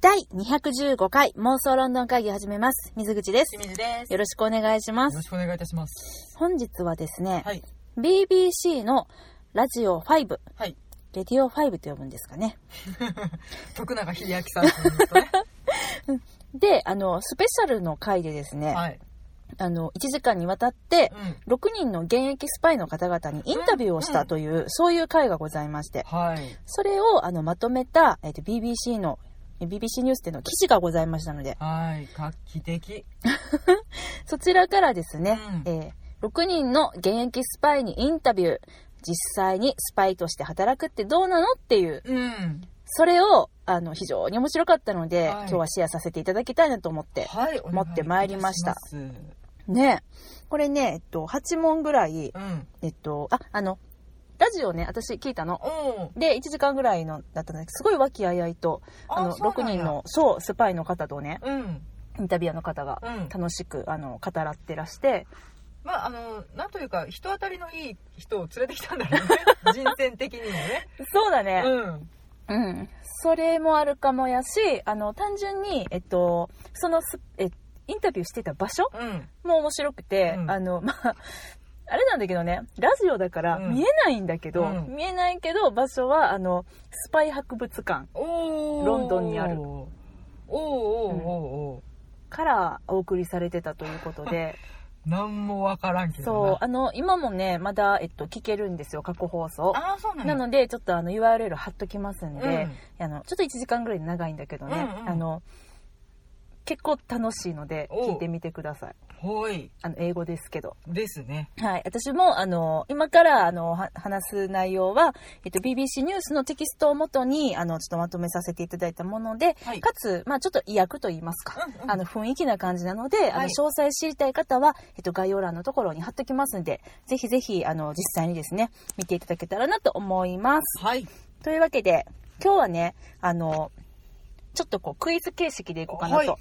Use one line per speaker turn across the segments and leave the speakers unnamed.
第215回妄想ロンドン会議を始めます。水口です。
清水です。
よろしくお願いしま
よ
す
ろ。しくお願いいたします。
本日はですね、
はい。
BBC のラジオ5、
はい。
レディオ5と呼ぶんですかね。
徳永秀明さんって言うんですかね。
で、あの、スペシャルの回でですね、
はい。
あの、1時間にわたって
う、ん。
6人の現役スパイの方々にインタビューをしたという、そういう回がございまして、
はい。
それをあのまとめた、えっと BBC の、え BBC ニュースでの記事がございましたので、
はい。画期的。
そちらからですね、
うん
えー6人の現役スパイにインタビュー、実際にスパイとして働くってどうなのっていう、
うん。
それをあの非常に面白かったので、
はい
今日はシェアさせていただきたいなと思って。
はい。お願いいたし
持ってまいりました
ますうん。
ねこれね、えっと、8問ぐらい、えっと、あ、あの、ラジオね、私聞いたの。
おう
で、1時間ぐらいのだったんですけど、すごい和気あいあいと、あの、
そう
6
なんや
人の、そう、スパイの方とね、
うん。
インタビュアーの方が
うん。
楽しくあの語らってらして
まあ、あの、なんというか、人当たりのいい人を連れてきたんだろう ね。人選的にもね。
そうだ
う
ね
ん。
うん、それもあるかもやしあの単純に、えっと、そのすえインタビューしてた場所
うん。
も面白くて、
うん
あのまああれなんだけどねラジオだから
うん
見えないんだけど、
うん
見えないけど場所はあのスパイ博物館
おー
ロンドンにある
おーおーおーおー
からお送りされてたということで
なんもわからんけど
そう
な。
あの今もねまだ、えっと、聞けるんですよ過去放送
ああ、そうなん
な
だ。
のでちょっとあの URL 貼っときますんで、
うん
あのちょっと1時間ぐらいで長いんだけどね、
うんうん
あの結構楽しいので
おう
聞いてみてください
ほい。
あの英語ですけど、
ですね。
はい、私もあの今からあのは話す内容は、えっと、BBC ニュースのテキストをもとにあのちょっとまとめさせていただいたもので、
はい
かつ、まあ、ちょっと意訳といいますか、
うんうん
あの雰囲気な感じなので、あの
はい
詳細知りたい方は、えっと、概要欄のところに貼っときますんでぜひぜひあの実際にですね見ていただけたらなと思います。
はい。
というわけで今日はねあのちょっとこうクイズ形式でいこうかな
は
と
い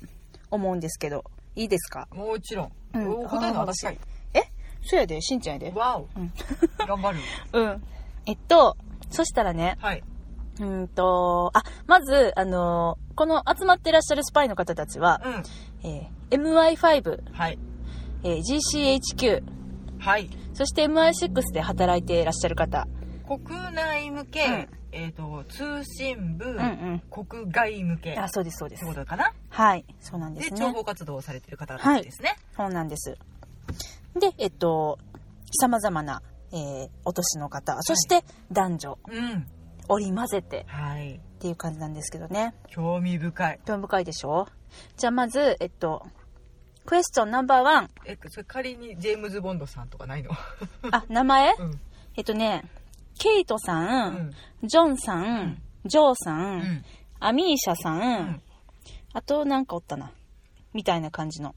思うんですけどいいですか
もちろん。
うん
お答えるのは私かい。
そうやでしんちゃんやで
わお。
うん
頑張る。
うんえっとそしたらね
はい。
うーんとあまずあのこの集まってらっしゃるスパイの方たちは、
う
えー MI5、
ん。はい。
えー GCHQ
はい。
そして MI6 で働いていらっしゃる方
国内向け、
うん
えっ、と、通信部、
うんうん
国外向け。
あ
っ
そうですそうで
て
す
ことかな。
はいそうなんで
で、
す
情
ね
報活動をされている方
は
々
い
ですね。
そうなんです。で、えっと、様々な、えーお年の方、そして男女、
うん。
織り交ぜて
はい。
っていう感じなんですけどね。
興味深い。
興味深いでしょじゃあまず、えっと、クエスチョンナンバーワン。
え、それ仮にジェームズ・ボンドさんとかないの
あ、名前
うん。
えっとね、ケイトさ、
うんん。
ジョンさん、ジョーさ、
うんん。
アミーシャさん、
ん
あとなんかおったな。みたいな感じの。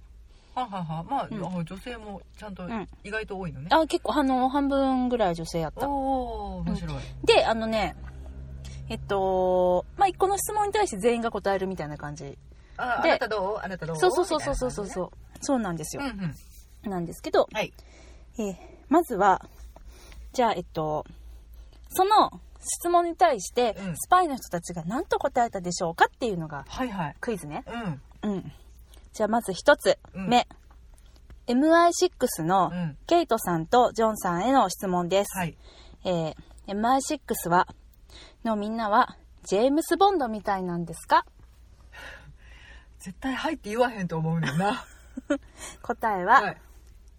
ははは。まあ、
うん
あ女性もちゃんと
ん
意外と多いのね。
あ、結構、あの、半分ぐらい女性やった。
おお面白い。
で、あのね、えっと、まあ、一個の質問に対して全員が答えるみたいな感じ。
あ、あ
で
なたどうあなたどう
そうそうそうそうそうそう。
みたい
そうそうなんですよ
な。感じね
なんですけど
うん、うん。はい。
えーまずは、じゃあ、えっと、その質問に対して
う、ん
スパイの人たちが何と答えたでしょうかっていうのが
はいはい。
クイズね。
うん。
うん。じゃあ、まず一つ
うん
目。MI6 の
うん
ケイトさんとジョンさんへの質問です。
はい。
えー MI6 は、のみんなは、ジェームス・ボンドみたいなんですか
絶対はいって言わへんと思うねんな。
答えは、
は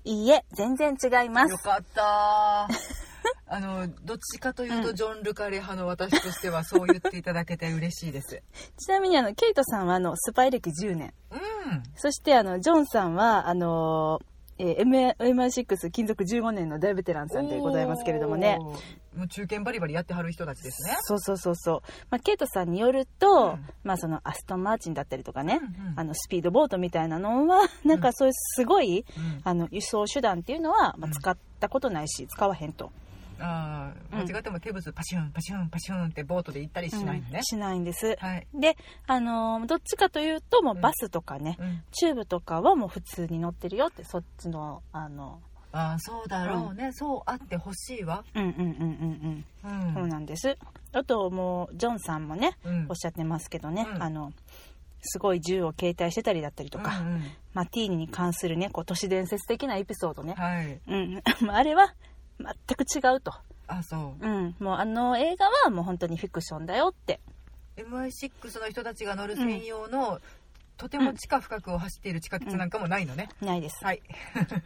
い
い、いえ、全然違いま
よ
す。
かった ーあのどっちかというとジョン・ルカレ派の私としてはそう言っていただけて嬉しいです
ちなみに、あの、ケイトさんは、あの、スパイ歴10年。
うん
そして、あの、ジョンさんは、あのー、えー、MI6 勤続15年の大ベテランさんでございますけれどもね。
おーもう中堅バリバリやってはる人たちですね
そうそうそうそう。まあ、ケイトさんによると、
うん
まあ、その、アストン・マーチンだったりとかね、
うんうん
あの、スピードボートみたいなのは、なんかそういうすごい、
うん
あの、輸送手段っていうのは、まあ、
うん
使ったことないし、使わへんと。
あー間違っても手物パシュンパシュンパシュンってボートで行ったりしないの
う
ね
ん、しないんです。
はい、
で、あのーどっちかというと、もううんバスとかね、
うん、
チューブとかはもう普通に乗ってるよって、そっちの、あの、
ああそうだろうね、そうあってほしいわ
うんうんうんうん
う
うん。そうんなんです。あと、もう、ジョンさんもね、
うん
おっしゃってますけどね、
うん
あの、すごい銃を携帯してたりだったりとか、
うんうん
マティーニに関するねこう都市伝説的なエピソードね、
はい
うん、 あれは全く違うと、
あそう
うん、もうあの映画はもう本当にフィクションだよって
MI6 の人たちが乗る専用の、とても地下深くを走っている地下鉄なんかもないのね、
ないです
はい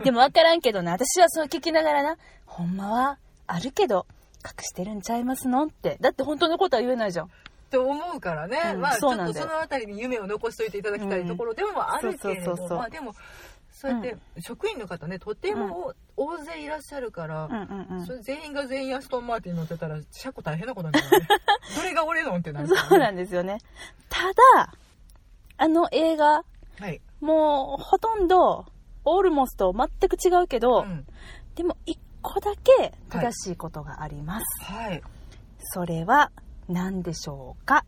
でも分からんけどな私はそう聞きながらなほんまはあるけど隠してるんちゃいますのってだって本当のことは言えないじゃん
と思うからね、
うん
まあちょ
そう
っ
なん
と
だよ
そのあたりに夢を残しといていただきたいところでもあるけれ
そうそう
ど
そうそう
まあでもそうやって職員の方ねとても大勢いらっしゃるから、
うんうんうん
それ全員が全員アストンマーティン乗ってたら車庫大変なことにな るよねそれが俺のんってなるか
そうな
らね
んですよねただあの映画
はい、
もうほとんどオールモスと全く違うけど、
うん
でも一個だけ正しいことがあります、
はい
それは何でしょうか、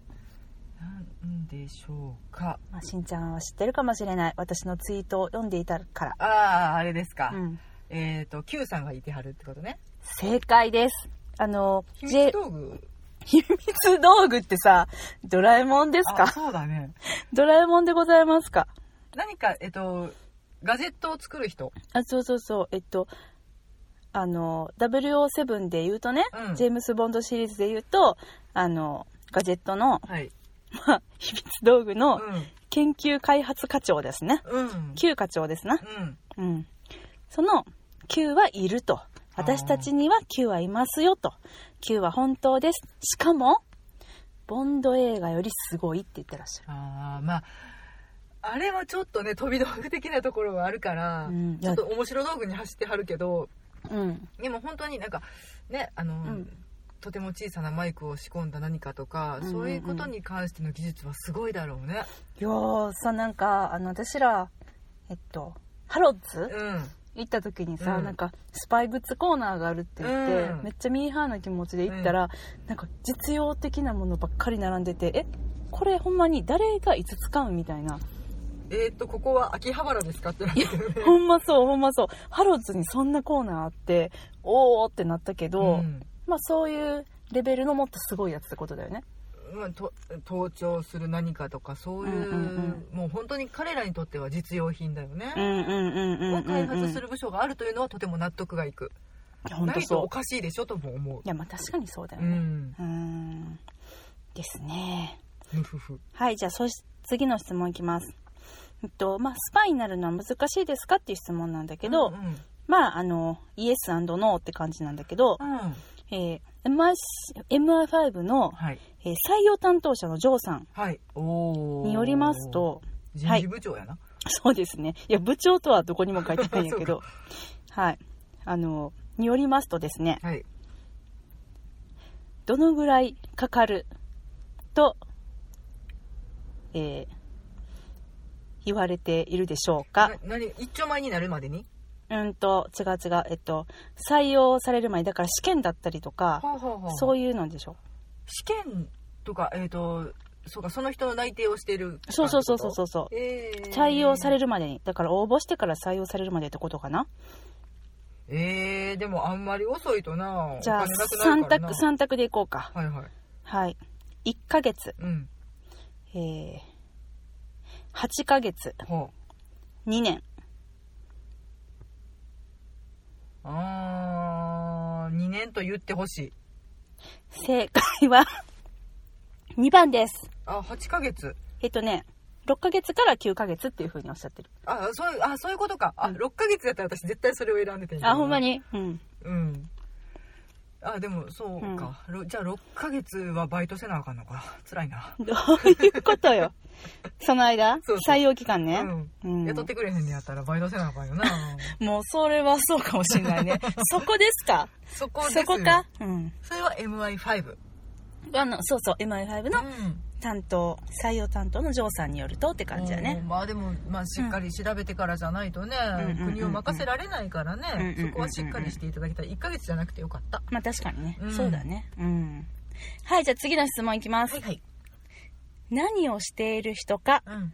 なんでしょうか
まあ、しんちゃんは知ってるかもしれない私のツイートを読んでいたから、
あああれですか、
うん、
えっ、と Q さんがいてはるってことね
正解ですあの
秘
J
密道具
秘密道具ってさドラえもんです
あ
か
そうだね
ドラえもんでございますか
何かえっ、とガジェットを作る人
あそうそうそうえっとあの007で言うとね、
うん
ジェームス・ボンドシリーズで言うとあのガジェットの
はい
まあ秘密道具の
う
研究開発課長ですね
んうん
旧課長ですな
うん
うんその Q はいると私たちには Q はいますよと Q は本当ですしかもボンド映画よりすごいって言ってらっしゃる
ああまああれはちょっとね飛び道具的なところはあるから、
うん
ちょっと面白道具に走ってはるけど
うん
でも本当になんかねあの、
ん
とても小さなマイクを仕込んだ何かとか、
うんうんうん
そういうことに関しての技術はすごいだろうね
いやーさなんかあの私らえっとハロッズ
うん
行った時にさ、
うん
なんかスパイグッズコーナーがあるって言って、
うん
めっちゃミーハーな気持ちで行ったら、なんか実用的なものばっかり並んでてえこれほんまに誰がいつ使うんみたいな
えーっとここは秋葉原ですかってなってる
ほんまそうほんまそうハロッズにそんなコーナーあっておーってなったけど、
うん
まあそういうレベルのもっとすごいやつってことだよね
まあと盗聴する何かとかそういう,、
うんうん
もう本当に彼らにとっては実用品だよね、
うんうんうんうん
を開発す
る
る部署があるというのはとても納得がいく、
いやほん
な
と
いと
そ
お
う
かしいでしょとも思う
いやまあ確かにそうだよ
う
ね
ん
うーんですね
むふふ
はい、じゃあそうし次の質問いきます。えっとまあ、スパイになるのは難しいですかっていう質問なんだけど、
うんうん
まああのイエスノーって感じなんだけど、
うん
えー MI MI5 の、
はい
えー採用担当者のジョーさん
はいおー
によりますとは
人
い
事部長やな、
そうですねいや部長とはどこにも書いてないんや けどはいあのによりますとですね
はい
どのぐらいかかると、えー言われているでしょうか、
な何一丁前になるまでに
うんと違う違うえっと採用される前だから試験だったりとか
はあはあはあ
そういうのでしょ
試験とかえっ、とそうかその人の内定をしている
そうそうそうそうそうそう
えー、
採用されるまでにだから応募してから採用されるまでってことかな
えー、でもあんまり遅いとな
じゃあ
お金なくなる
3
からな
択三択でいこうか
はいはい
はい1ヶ月
うん
えー、8ヶ月
は
2年
ああー2年と言ってほしい
正解は2番です
あ8ヶ月
えっとね6ヶ月から9ヶ月っていうふうにおっしゃってる
あそういうあそういうことかあ、
うん
6ヶ月やったら私絶対それを選んでて
あほんまにうん
うんあでもそうか、ろじゃあ6ヶ月はバイトせなあかんのか辛いな、
どういうことよその間
そうそう
採用期間ね、
うん
うん
雇ってくれへんねやったらバイトせなあかんよな
もうそれはそうかもしれないね。そこですか
そこ
そ
です
こかうん。
それは MI5
あの、そうそう、MI5 の
ん
担当、採用担当のジョーさんによるとって感じだ
う
ね
ん。まあでも、まあ、しっかり調べてからじゃないとね、
うんうん
国を任せられないからね、
うんうんうんうん
そこはしっかりしていただきたい1ヶ月じゃなくてよかった
まあ確かにね、
うん
そうだね。うん。はい、じゃあ次の質問いきます。
はい、
何をしている人か、
うん、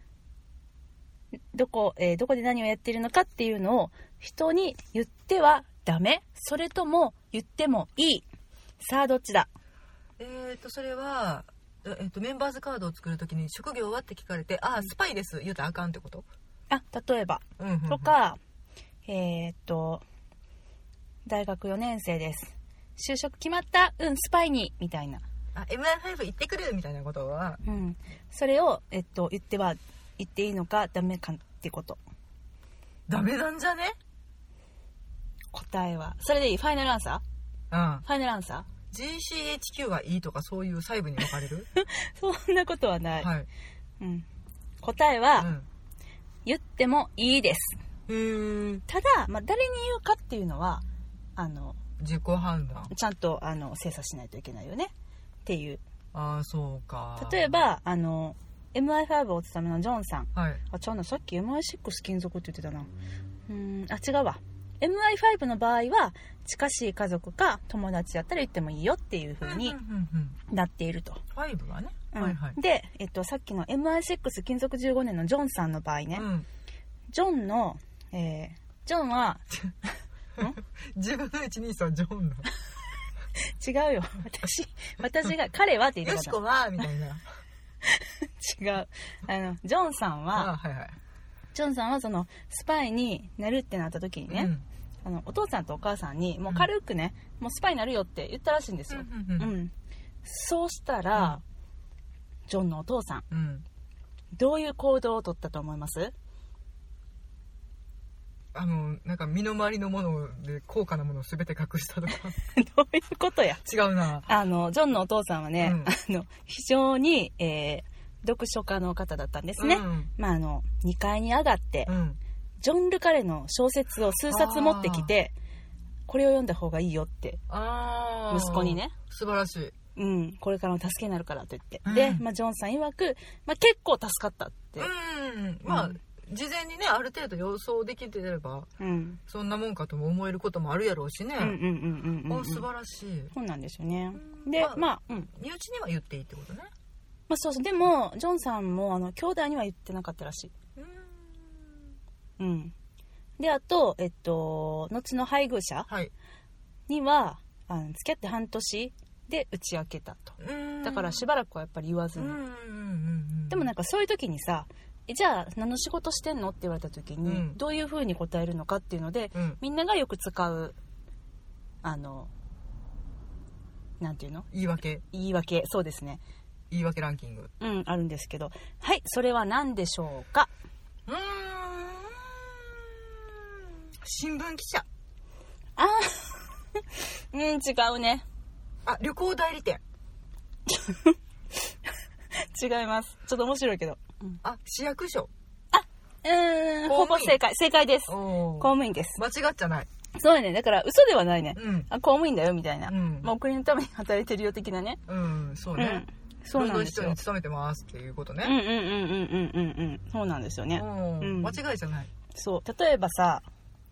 どこ、えーどこで何をやっているのかっていうのを人に言ってはダメそれとも言ってもいいさあどっちだ
えっ、ー、とそれはえっと、メンバーズカードを作るときに職業はって聞かれて「ああスパイです」言うたらあかんってこと、
あ例えば
うんうんうん
とか、えーっと大学4年生です就職決まったうんスパイにみたいな、
あ MI5 行ってくるみたいなことは
うん、それを、えっと、言っては言っていいのかダメかってこと
ダメなんじゃね
答えはそれでいいファイナルアンサ
うん
ーファイナルアンサ
GCHQ はいいとかそういう細部に分かれる
ーそんなこと はない、
はい、
うん、答えは、
うん、
言ってもいいです
へえ
ただ、まあ、誰に言うかっていうのはあの
自己判断
ちゃんとあの精査しないといけないよねっていう
ああそうか
例えばあの MI5 をお勤めのジョンさん
はい
あちゃうなさっき MI6 金属って言ってたなうーんあ違うわ MI5 の場合は近しい家族か友達やったら言ってもいいよっていう風に
うんうんうん
なっていると、
5はね、
うん
はいはい、
で、えっと、さっきの MI6 金属15年のジョンさんの場合ね、
うん、
ジョンの、えージョンは
自分のうちにさジョンの「
違うよ私私が彼はって言っ
よ
て
した
か
こ
ら
は」みたいな
違うあのジョンさん
あ
は
あはいはい
ジョンさんはそのスパイになるってなった時にね、
うん
あのお父さんとお母さんにもう軽くね、もうスパイになるよって言ったらしいんですよ、
うんうん
う
うん
ん、そうしたら、ジョンのお父さん
うん
どういう行動をとったと思います
あのなんか身の回りのもので高価なものを全て隠したとか
どういうことや
違うな
あのジョンのお父さんはね、
うん
あの非常に、えー読書家の方だったんですね、
うん
まあ、あの2階に上がって、
うん、
ジョン・ルカレの小説を数冊持ってきてこれを読んだ方がいいよって
ああ
息子にね
素晴らしい
うん、これからの助けになるからと言って、
うん
で、まあ、ジョンさん曰く、まあ、結構助かったって、
うんまあ事前にねある程度予想できてれば
うん、
そんなもんかとも思えることもあるやろうしね、
うんうんうんうんうん、う
あ
ん、
素
そ
晴らしいう
なんですよね
うん
で
まあ
まあ、うん
身内には言っていいってことね
まあ、そうそうでもジョンさんもあの兄弟には言ってなかったらしい
うん
うんであとえっと後の配偶者
はい
にはあの付き合って半年で打ち明けたと
うん
だからしばらくはやっぱり言わず
うん
に、
うんうん
でもなんんかそういう時にさえじゃあ何の仕事してんのって言われた時に、
うん
どういうふうに答えるのかっていうので
うんうん
みんながよく使うあのなんていうの
言い訳
言い訳そうですね
言い訳ランキング
うんあるんですけどはいそれは何でしょうか
うーん新聞記者
あー うん違うね
あ旅行代理店
違いますちょっと面白いけど、うん、
あ市役所
うーんほ
公務員
ぼ正解正解です公
おー
務員です
間違っちゃない
そうやねだから嘘ではないね、
うん
あ公務員だよみたいな、
うん
まあ、お国のために働いてるよ的なね
うんそう
う
ね
んそうなん
労
で
働市
す
長
よ
に勤めてますっていうこと
うん
ね、
うんうんうんうんうんうんそうなんですよね
うん
うん
間違いじゃない
そう例えばさ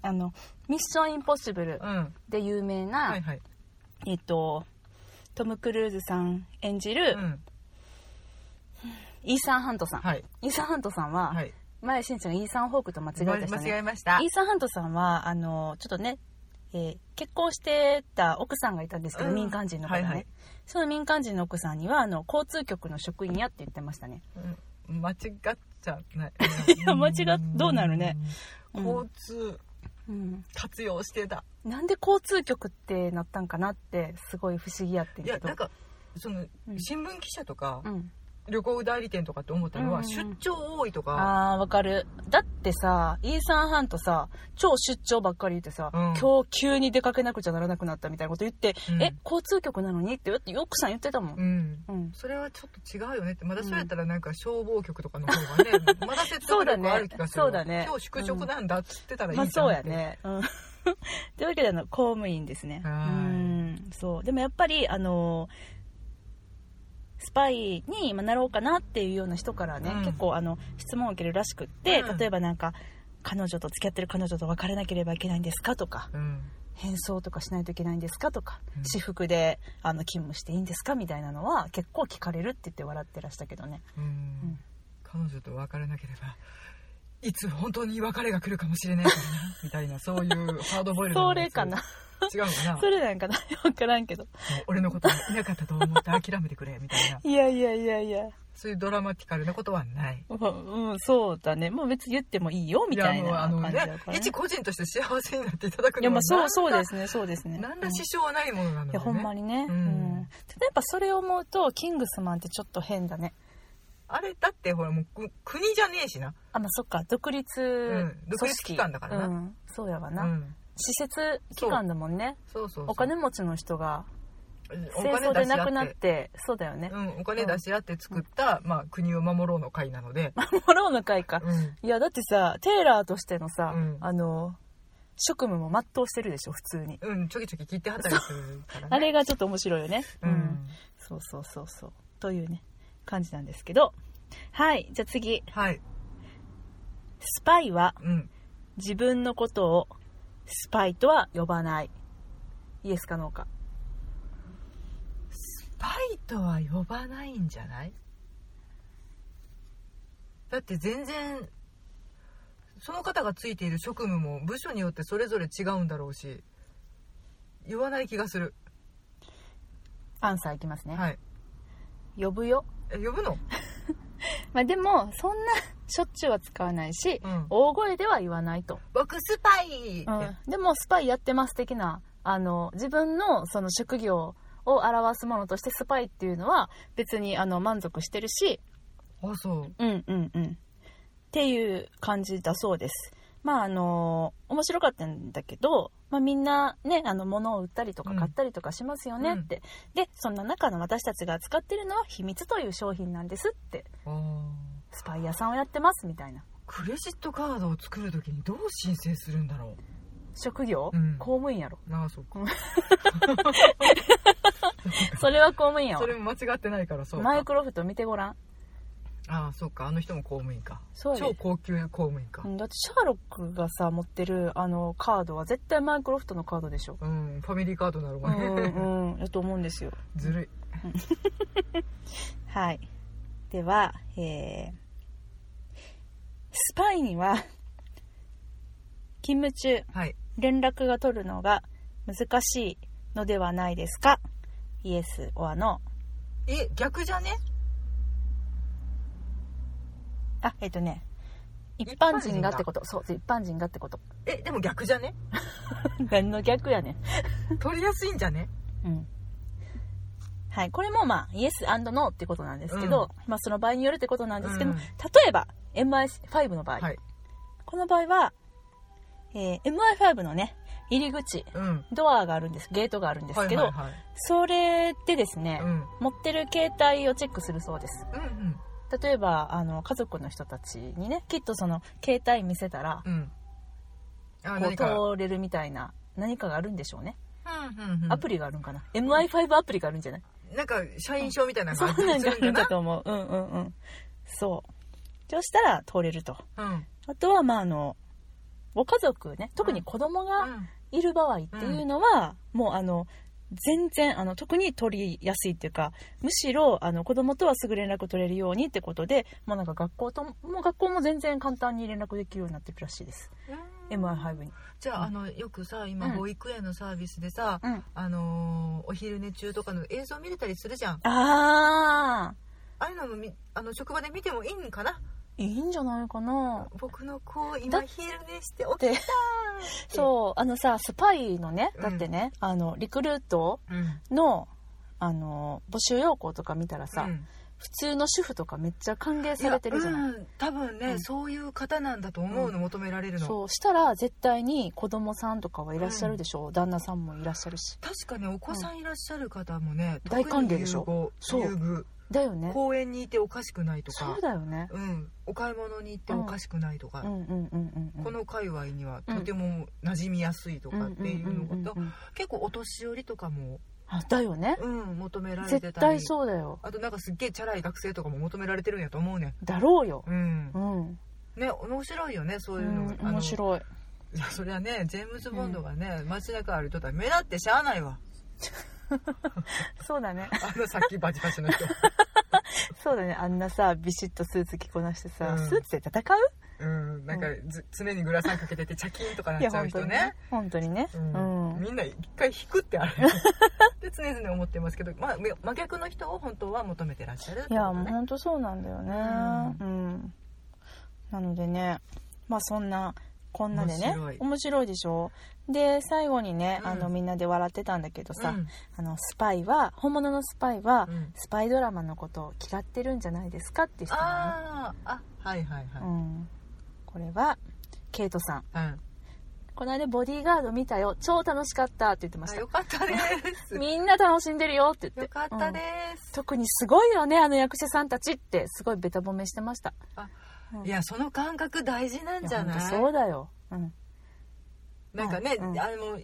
あの「ミッションインポッシブル
う」ん
で有名な、
はいはい
えっとトム・クルーズさん演じる、
うん
イーサン・ハントさん、
はい
イーサン・ハントさんは、
はい
前しんちゃんがイーサン・ホークと間違えた人
間違
ね
えました
イーサン・ハントさんはあのちょっとね、えー結婚してた奥さんがいたんですけど、
うん
民間人の方ね、
はいはい
その民間人の奥さんにはあの交通局の職員やって言ってましたね
うん間違っちゃない
いや 間違っどうなるね
うん交通
うん
活用してた
なんで交通局ってなったんかなってすごい不思議やってん
い
け
や
ど
なんかその
うん
新聞記者とか
うん、
旅行代理店とかって思ったの
う
は
んうん
出
うん
張多いとか
あーわかるだってさイーサン・ハンとさ超出張ばっかり言ってさ、
うん
今日急に出かけなくちゃならなくなったみたいなこと言って、
うん
え交通局なのにってよって奥さん言ってたもん、
うん
うん
それはちょっと違うよねってまだそうやったらなんか消防局とかの方がね まだ説得力ある気がするわ
そうだね
今日宿直なんだっつってたらい
まあ
いじゃん
そう
っ
や
て
ね、うん、 というわけであの公務員ですねう
はーい
んそうでもやっぱりあのスパイにまあなろうかなっていうような人からね、
うん
結構あの質問を受けるらしくって、
うん
例えばなんか彼女と付き合ってる彼女と別れなければいけないんですかとか
うん
変装とかしないといけないんですかとか、
うん
私服であの勤務していいんですかみたいなのは結構聞かれるって言って笑ってらしたけどね
うん
ん
彼女と別れなければ いつ本当に別れが来るかもしれないからなみたいなそういうハードボイルド
そ
な
れ
やつ
かな
違うのかな
それなんかなわからんけど。
もう俺のこといなかったと思って諦めてくれみたいない
やいやいやいや。
そういうドラマティカルなことはない
うん、うんそうだね。もう別に言ってもいいよ、みたい
やもう
な
あの
感じだ
ね
から、ね。
一個人として幸せになっていただく
いや、
の
ま
は
あそう、そう
な
で
んら
すね、そうですね。
何
う
ら
ん
支障はないものなので、ね
いや、ほんまにね。う
うん
ん。やっぱそれを思うと、キングスマンってちょっと変だね。
あれだってほらもうく国じゃねえしな
あ、まあそっか、独立組織
う。ん独立機関だからな
うん、そうやわな、
うん、
施設機関だもんね。
そうそうそう
お金持ちの人が
お
戦
金
争
出
で
し合
亡く
って
なって、そうだよね
う。ん、お金出し合って作った、まあ、国を守ろうの会なので、
もらおうの会か。
うん、
いや、だってさ、テーラーとしてのさ、
うん
あの、職務も全うしてるでしょ、普通に。
うん、ちょきちょき切ってはったりするからね
あれがちょっと面白いよね。
うん、
そうそうそうそう。というね、感じなんですけど。はい。じゃあ次。
はい、
スパイは
うん、
自分のことをスパイとは呼ばない。イエスかノーか。
パイとは呼ばないんじゃないだって全然その方がついている職務も部署によってそれぞれ違うんだろうし言わない気がする、
アンサーいきますね。
はい、
呼ぶよ。
え呼ぶの
まあでも、そんなしょっちゅうは使わないし、
うん
大声では言わないと。
僕スパイ、
うん、でもスパイやってます的なあの自分のその職業を表すものとしてスパイっていうのは別にあの満足してるし
あそう
うんうんうんっていう感じだそうですまああの面白かったんだけど、まあ、みんなねあの物を売ったりとか
うん
買ったりとかしますよねって、でそんな中の私たちが使ってるのは秘密という商品なんですって
あー
スパイ屋さんをやってますみたいな
クレジットカードを作るときにどう申請するんだろ
職業、
うん
公務員やろ
うなあそうか
それは公務員やわ
それも間違ってないからそうか
マイクロフト見てごらん
ああそうかあの人も公務員か
そうやで
超高級公務員か
うんだってシャーロックがさ持ってるあのカードは絶対マイクロフトのカードでしょ
うん、ファミリーカードだろう
う
がね、
んうんやと思うんですよ
ずるい
はいではえー、スパイには勤務中
はい
連絡が取るのが難しいのではないですかイエスオアノ
え逆じゃね
ーあえっ、とね一
一
般
般
人
人
が
が
ってことそう一般人がってこと
えでも逆じゃね
何の逆やねん
取りやすいんじゃね
うんはい、これもまあイエスノーってことなんですけど、
うん
まあ、その場合によるってことなんですけど、
うん
例えば MI5 の場合、
はい、
この場合は、えー MI5 のね入り口
うん
ドアがあるんですゲートがあるんですけど、
はいはいはい
それでですね、
うん
持ってる携帯をチェックするそうです
うん
例えばあの家族の人たちにねきっとその携帯見せたら
うんうんあ何か
こう通れるみたいな何かがあるんでしょうね、
うんうんうん
アプリがあるんかな MI5 アプリがあるんじゃない
なんか社員証みたいなの
そ
があった
うなん
りす
がある
る
ん
んだ
だと思う。うんうんうん。そう。そうしたら通れると。
なうん
あとは、まあ、あの、ご家族ね、特に子供
う
が
ん
いる場合っていうのは、もうあの、全然、あの、特に取りやすいっていうか、むしろ、あの、子供とはすぐ連絡取れるようにってことで、もうなんか学校とも、もう学校も全然簡単に連絡できるようになってるらしいです。MI5 に。
じゃああのよくさ今
うん
保育園のサービスでさ、
うん。
あのーお昼寝中とかの映像見れたりするじゃん
あ
ああいうのもみあの職場で見てもいいんかな
ー、いいんじゃないかな。
僕の子
だ
今昼寝して起き
で、
て
そう、あのさ、スパイのね、
うん
だってね、あの、リクルート
うん
の、あの、募集要項とか見たらさ、
うん
普通の主婦とかめっちゃ歓迎されてるじゃない。
やうん、多分ね、
うん
そういう方なんだと思うの求められるの、
そうしたら絶対に子供さんとかはいらっしゃるでしょう、旦那さんもいらっしゃるし
確かねお子さんいらっしゃる方もね、
うん大歓迎でし
ょ
そう
優遇
だよね
公園にいておかしくないと
そ
か
うだよね
うん、お買い物に行っておかしくないとか、
うんうんうんうん
この界隈にはとても馴染みやすいとかっていうのと
うんうんうんうん
結構お年寄りとかも、
あだよね
うん、求められてた
絶
り
対そうだよ
あとなんかすっげえチャラい学生とかも求められてるんやと思うね
だろうよ
ん、うん
う、ん、
ね面白いよねそう
う
いうの、
ん、
あの
面白い
いやそりゃねジェームズ・ボンドがね、街中歩いとったら目立ってしゃあないわ
そうだ ね
あのさっきバチバ チの人
そうだねあんなさビシッとスーツ着こなしてさ、
うん
スーツで戦う
うん、なんかず常にグラサンかけててチャキーンとかないっ
や
ちゃう
本当
人
に
ね
ね本当にね
う
うんん、
みんな一回引くってあれ って常々思ってますけど、まあ、め真逆の人を本当は求めてらっしゃるって
い
こ
や
と
もう
ね
本当そうなんだよね
う
うん、なのでねまあそんなこんなでね
面白い
でしょで最後にね、
うん
あのみんなで笑ってたんだけどさ、
うん
あのスパイは本物のスパイは、
うん
スパイドラマのことを嫌ってるんじゃないですかっていう人な
あーあはいはいはい、
のね、うん、これはケイトさん
うん
「この間ボディーガード見たよ超楽しかった」って言ってまし
あ
た
よかった です
みんな楽しんでるよって言って
よかった
うん
です、
特にすごいよねあの役者さんたちってすごいベタ褒めしてました
あ
うん
いやその感覚大事なん
い
じゃ
や
ない
ほんとそうだよ、うん、
なんかね、
うん
あの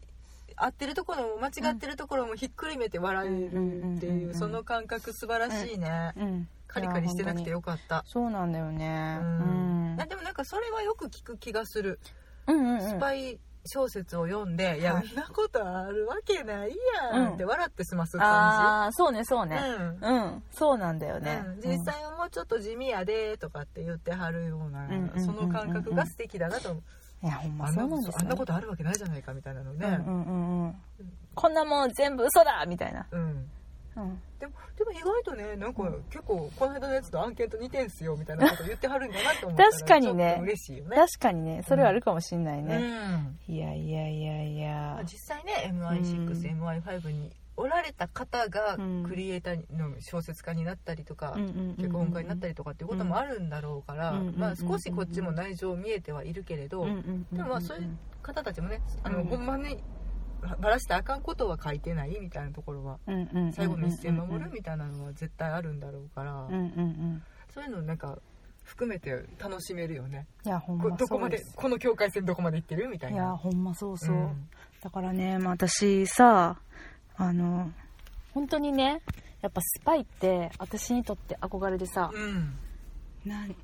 合ってるところも間違ってるところもひっくりめて笑えるって
うんうんうん
い
うんう
うんその感覚素晴らしいね、
うん、
カリカリしてなくて
いや本当に
よかった
そうなんだよ
う
ねうん
ん、あでもなんかそれはよく聞く気がする、
うんうんうん
スパイ小説を読んで「いや
はい
んなことあるわけないやん」って笑って済ます感
ああそうねそう
じ、
ね
うん
うん、そうなんだよね、
うん実際はもうちょっと地味やでとかって言ってはるような、
うんうんうんうん
その感覚が素敵だなと思う、
うんいやほんま
あん
そ
な
うなん
こ
です
と
よ、
あんなことあるわけないじゃないかみたいなのね、
うんうんうんうんこんなもん全部嘘だみたいな、
うん
うん、
でもでも意外とねなんか結構この間のやつと案件と似てんすよみたいなこと言ってはるんだなと思った ら
確かにね
ちょっと嬉しいよね
確かにねそれはあるかもしんないね、
うん
いやいやいやい
まあ
や
実際ね MI6MI5 におられた方が
うん
クリエイターの小説家になったりとか、
結
脚本家になったりとかっていうこともあるんだろうから、
うん
ま
う
あ、
んうんうん
少しこっちも内情見えてはいるけれど、
うんうんうん
でもまあそういう方たちもねあの、
うん
ほんまにばらしたらあかんことは書いてないみたいなところは
うんうんうん
最後の一線守るみたいなのは絶対あるんだろうから、
うんうんうん
そういうのなんか含めて楽しめるよね、
いやほん
こ
ま
どこ
そ
ま
う
で
です
この境界線どこまで行ってるみたい
い
な
やほんまそうそう、
うん
だからね、まあ、私さあの本当にねやっぱスパイって私にとって憧れでさ、
うん何
なん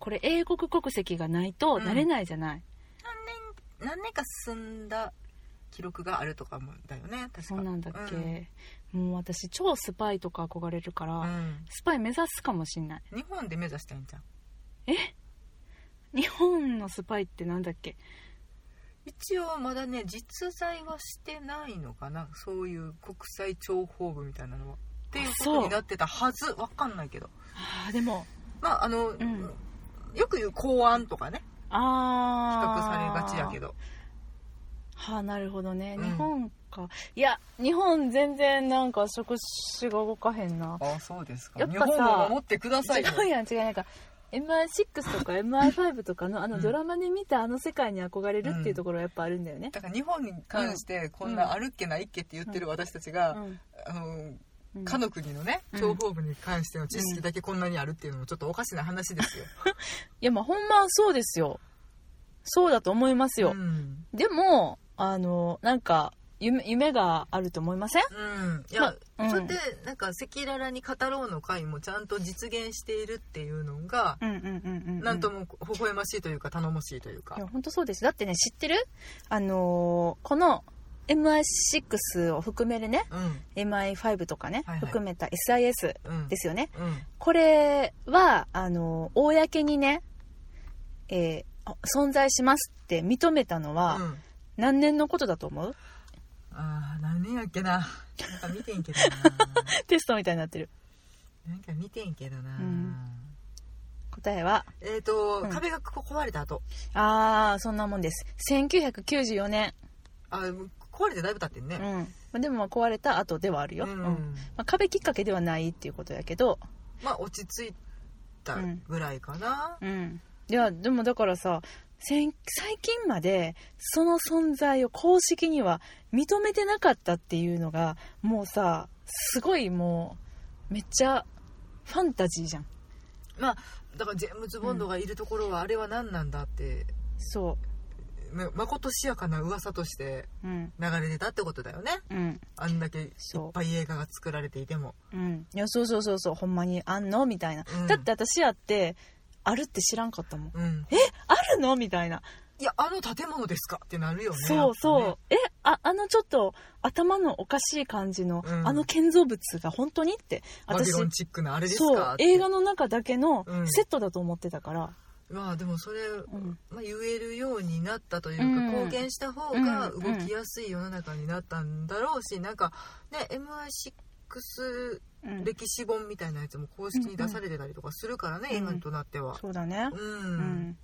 これ英国国籍がないとなれないじゃない、
年何年か進んだ記録があるとかもだよね確か
そうなんだっけ、
うん
もう私超スパイとか憧れるから、
うん
スパイ目指すかもしんない
日本で目指したいんじゃん
日本のスパイってなんだっけ
一応まだね実在はしてないのかなそういう国際諜報部みたいなのはっていうこ
そ
と
う
になってたはずわかんないけど
あーでも
まああの、
ん
よく言う公安とかね比
あ
較
あ
されがちやけど
はあなるほどね、
うん
日本かいや日本全然なんか職種が動かへんな
ああそうですか
やっ
日
ぱさ
本を守ってくださいよ
違うやん違うやんなんか MI6 とか MI5 とかのあ
う
の
ん
ドラマで見たあの世界に憧れるっていうところはやっぱあるんだよね、
だから日本に関してこんな歩けないっけって言ってる私たちが、
うん
あの
うん
かの国のね
うん
諜報部に関しての知識だけこんなにあるっていうのもちょっとおかしな話ですよ。
いやまあほんまそうですよそうだと思いますよ
う、ん、
でもあのなんか夢夢があると思いません
うん、いや、
まうん
それでなんか赤裸々に語ろうの会もちゃんと実現しているっていうのが、
うんうんうんうん、
なんとも微笑ましいというか頼もしいというか
いや本当そうですだってね知ってるあのーこの MI6 を含めるね
うん
MI5 とかね、
はいはい
含めた SIS
うん
ですよね
うん
これはあの公にね、えー存在しますって認めたの
う
は
ん
何年のことだと思う
あー何年やっけななんか見てんけど
テストみたいになってる
ななんか見てんけどな、
うん答えは
えっ、と、
うん
壁がこ壊れた後
ああそんなもんです1994年、
あー壊れてだいぶ経ってん
うん
ね、
まあ、でもまあ壊れた後ではあるよ、
う
うんんまあ、壁きっかけではないっていうことやけど
まあ落ち着いたぐらいかな、
うんいやでもだからさ先最近までその存在を公式には認めてなかったっていうのがもうさすごいもうめっちゃファンタジーじゃん
まあだからジェームズ・ボンドがいるところはあれは何なんだって、
そ
ままことしやかな噂として
ううん
流れてたってことだよね
うん
あんだけいっ
そう
ぱい映画が作られていても
うんいやそうそうそうそうほんまにあんのみたいな、
うん
だって私やってあるって知らんかったもん
うん
あるのみたいな、
いやあの建物ですかってなるよね
そうそう、
やっ
えああのちょっと頭のおかしい感じの、
うん
あの建造物が本当にって
ぱねバビ
私
ロンチックなあれです
そ
か
う
って
映画の中だけの
うん
セットだと思ってたから、
まあでもそれ、
ん
まあ、言えるようになったというか、
うん
貢献した方が
う
動
んうん
きやすい世の中になったんだろうし、なんかね MI6
うん
歴史本みたいなやつも公式に出されてたりとかするからね、
うんうん
今となっては。
そうだね
う、
うんん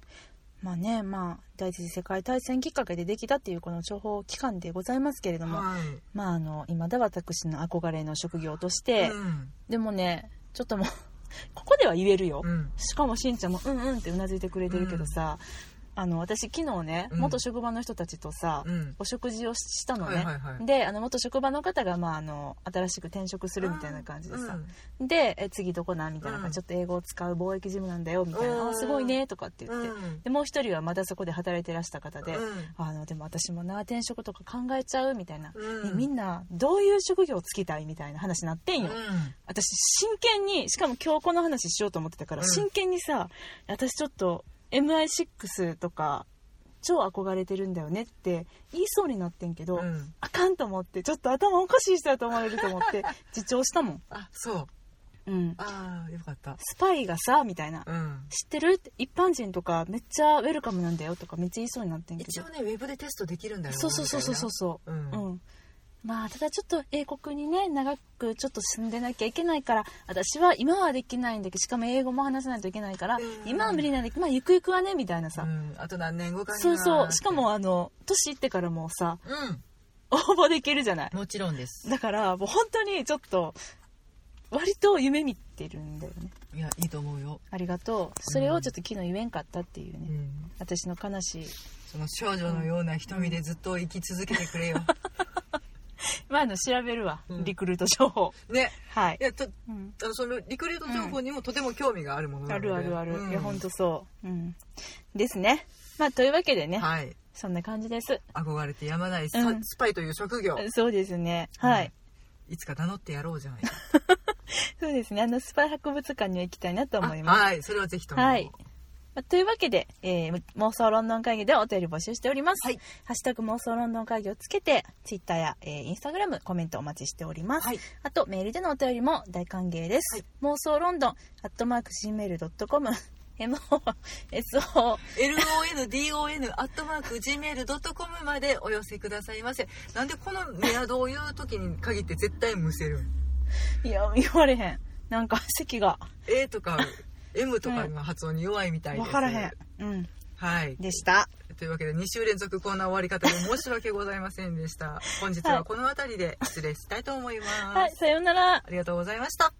まあねまあ第一次世界大戦きっかけでできたっていうこの情報機関でございますけれども、
はい。
まああの今だ私の憧れの職業として、
うん
でもねちょっともう ここでは言えるよ、
うん
しかもしんちゃんも「うんうん」ってうなずいてくれてるけどさ、あの私昨日ね
うん
元職場の人たちとさ、
うん
お食事をしたの
は
ね、
いはいはい。
であの元職場の方が、まあ、あの新しく転職するみたいな感じでさ、でえ次どこなんみたいな感じ、
う
ちょ
ん
っと英語を使う貿易事務なんだよみたいな、
うん
あーすごいねとかって
う
言
ん、
って、
うん
でもう一人はまだそこで働いてらした方で、
うん
あのでも私もな転職とか考えちゃうみたいな、
うん
ねみんなどういう職業つきたいみたいな話なってんよ、
うん
私真剣にしかも今日この話しようと思ってたから、
うん
真剣にさ私ちょっと MI6 とか超憧れてるんだよねって言いそうになってんけど、
うん
あかんと思ってちょっと頭おかしい人だと思われると思って 自重したもん、
あそう
うん、
ああよかった。
スパイがさみたいな、
うん
知ってるって一般人とかめっちゃウェルカムなんだよとかめっちゃ言いそうになってんけど
一応ねウェブでテストできるんだよ。
そうそうそうそうそうそう
みたいな。う
うんん、まあただちょっと英国にね長くちょっと住んでなきゃいけないから私は今はできないんだけどしかも英語も話さないといけないから、
うん
今は無理なんだけど、まあ、ゆくゆくはねみたいなさ、
うん、あと何年後かに
そうそうしかもあの年いってからもうさ応
う
募できるじゃない
んもちろんです
だからもう本当にちょっと割と夢見てるんだよね
いやいいと思うよ、
ありがとうそれをちょっと昨日言えんかったっていうね、
うん、
私の悲しい
その少女のような瞳でずっと生き続けてくれよ、
まああの調べるわ、
うん
リクルート情報
ね
はい
い、やと
うん
あのそのリクルート情報にもとても興味があるものな
あ
ので、
るあるある、
うん
いやほんとそう、うん、ですねまあというわけでね、
はい
そんな感じです
憧れてやまないス,、
うん
スパイという職業
そうですねはい、
いつか名乗ってやろうじゃないか
そうですねあのスパイ博物館には行きたい なと思い
あ
ます
はいそれはぜひとも
はいまあというわけで、えー妄想論論会議ではお便り募集しております、
はい
ハッシュタグ妄想論論会議をつけて Twitter や、えー、Instagram コメントお待ちしております、
はい
あとメールでのお便りも大歓迎です、妄想ロンドンアットマーク Gmail.com MOSO
LONDON アットマーク Gmail.com までお寄せくださいませなんでこのメアドを言う時に限って絶対むせるん
いや言われへんなんか席が
A とか M とかの発音に弱いみたいで
分
す
からへん、うん、
はい
でした
というわけで2週連続こんな終わり方で申し訳ございませんでした本日はこの辺りで失礼したいと思います、
はいさようなら
ありがとうございました